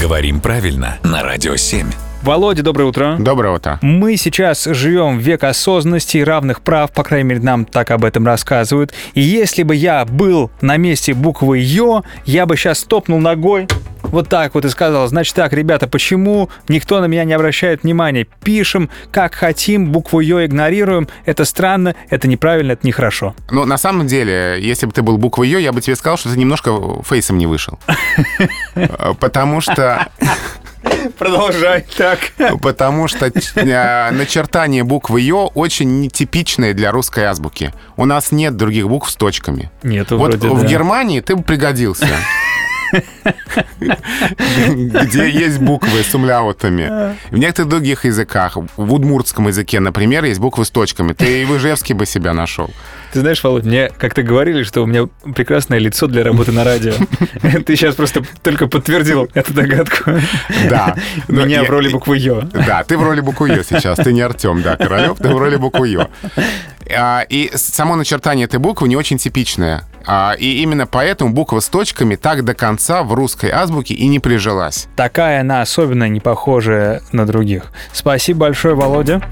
Говорим правильно на Радио 7. Володя, доброе утро. Доброе утро. Мы сейчас живем в век осознанности и равных прав, по крайней мере, нам так об этом рассказывают. И если бы я был на месте буквы Ё, я бы сейчас топнул ногой вот так вот и сказал, значит так, ребята, почему никто на меня не обращает внимания? Пишем, как хотим, букву Ё игнорируем, это странно, это неправильно, это нехорошо. Ну, на самом деле, если бы ты был буквой Ё, я бы тебе сказал, что ты немножко фейсом не вышел. Потому что... Продолжай так. Потому что э, начертание буквы «ё» очень нетипичное для русской азбуки. У нас нет других букв с точками. Нет, Вот вроде в да. Германии ты бы пригодился. Где есть буквы с умляутами. В некоторых других языках, в удмуртском языке, например, есть буквы с точками. Ты и в Ижевске бы себя нашел. Ты знаешь, Володь, мне как-то говорили, что у меня прекрасное лицо для работы на радио. Ты сейчас просто только подтвердил эту догадку. Да. Но Меня я- в роли буквы Ё. Да, ты в роли буквы Ё сейчас, ты не Артем, да, Королев, ты в роли буквы Ё. А, И само начертание этой буквы не очень типичное. А, И именно поэтому буква с точками так до конца в русской азбуке и не прижилась. Такая она особенно не похожая на других. Спасибо большое, Володя.